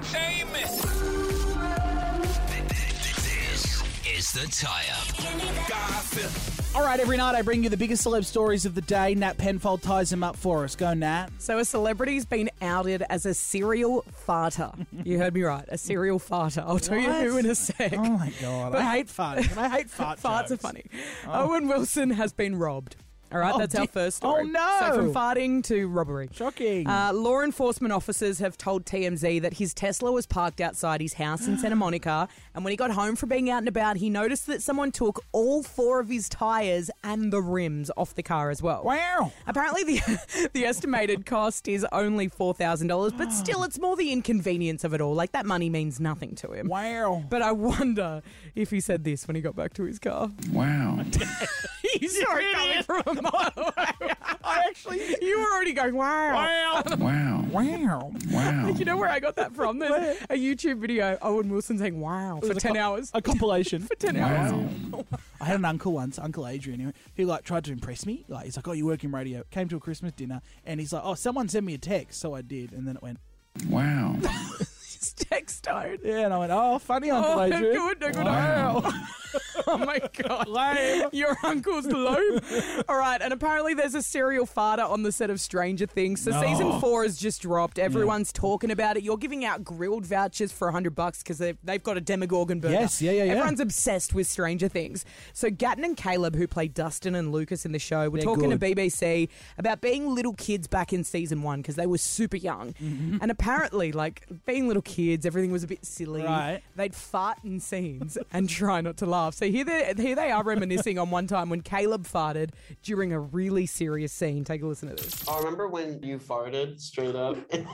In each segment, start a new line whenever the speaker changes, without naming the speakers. Seamus.
This is the tie up.
Garfield.
All right, every night I bring you the biggest celeb stories of the day. Nat Penfold ties them up for us. Go, Nat.
So a celebrity's been outed as a serial farter. You heard me right, a serial farter. I'll tell you who in a sec.
Oh my god, I hate farting. and I hate fart.
Farts are
jokes.
funny. Owen Wilson has been robbed. All right,
Oh,
that's our
dear.
first story.
Oh, no.
So from farting to robbery.
Shocking.
Uh, law enforcement officers have told TMZ that his Tesla was parked outside his house in Santa Monica, and when he got home from being out and about, he noticed that someone took all four of his tires and the rims off the car as well.
wow.
Apparently, the the estimated cost is only four thousand dollars, but still, it's more the inconvenience of it all. Like that money means nothing to him.
Wow.
But I wonder if he said this when he got back to his car.
Wow.
You saw it coming from a mile away. I actually, you were already going wow.
Wow.
Wow.
Wow.
Wow.
You know where I got that from? There's a YouTube video. Owen Wilson saying wow for ten hours.
A compilation.
for ten hours.
Wow.
I had an uncle once, Uncle Adrian, who- who like tried to impress me. Like he's like, "Oh, you work in radio." Came to a Christmas dinner, and he's like, "Oh, someone sent me a text," so I did, and then it went,
Wow.
It's text tone.
"Yeah," and I went, "Oh, funny, Uncle
Oh,
Adrian."
good, good.
Wow.
Oh my god. Your uncle's lobe. All right, and apparently there's a serial farter on the set of Stranger Things. So season four has just dropped. Everyone's talking about it. You're giving out grilled vouchers for 100 bucks because they've, they've got a Demogorgon burger.
Yes, yeah, yeah, yeah.
Everyone's obsessed with Stranger Things. So Gatton and Caleb, who play Dustin and Lucas in the show, were
They're
talking
good.
to BBC about being little kids back in season one because they were super young.
Mm-hmm.
And apparently, like, being little kids, everything was a bit silly.
Right.
They'd fart in scenes and try not to laugh. So here they, here they are reminiscing on one time when Caleb farted during a really serious scene. Take a listen to this.
I remember when you farted straight up in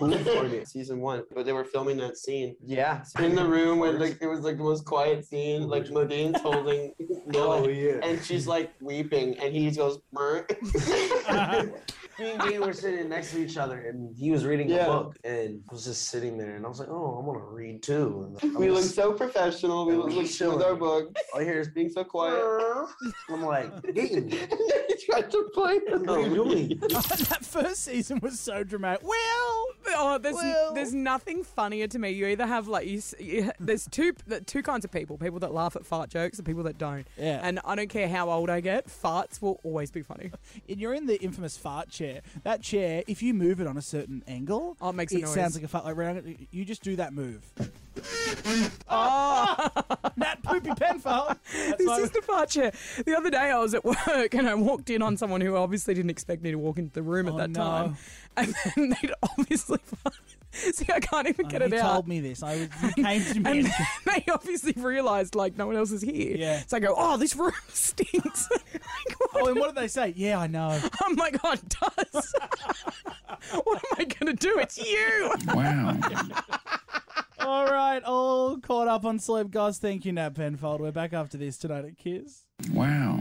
season one, but they were filming that scene. Yeah. In the room where like it was like the most quiet scene, like Modine's holding Noah, and she's like weeping, and he goes, "Brr."
Me and Dean were sitting next to each other, and he was reading
Yeah.
a book, and I was just sitting there, and I was like, "Oh, I'm gonna read too." And I
We look
was-
so professional. We look like with our book,
all I hear is
being so quiet.
I'm like, "Dean,
and then he tried to play. the
what are you
movie.
doing?"
that first season was so dramatic. Well,
Oh, there's
Well.
there's nothing funnier to me. You either have like you, s- you there's two two kinds of people: people that laugh at fart jokes and people that don't.
Yeah.
And I don't care how old I get, farts will always be funny.
and you're in the infamous fart chair. That chair, if you move it on a certain angle,
Oh, it makes a noise.
sounds like a fart. Like round- you just do that move. oh, Nat Poopy Penfold. That's
This
why-
is the fart chair. The other day I was at work and I walked in on someone who obviously didn't expect me to walk into the room
Oh,
at that
no.
time, and then they'd obviously farted. see I can't even get
Oh,
it
you
out.
told me this. I was, you came to me.
And they obviously realised like no one else is here.
Yeah.
So I go, oh, this room stinks. like, what
oh, and what did they say? Yeah, I know.
Oh my god, it does. what am I gonna do? It's you.
Wow.
all right, all caught up on celeb guys. Thank you, Nat Penfold. We're back after this tonight at Kiss.
Wow.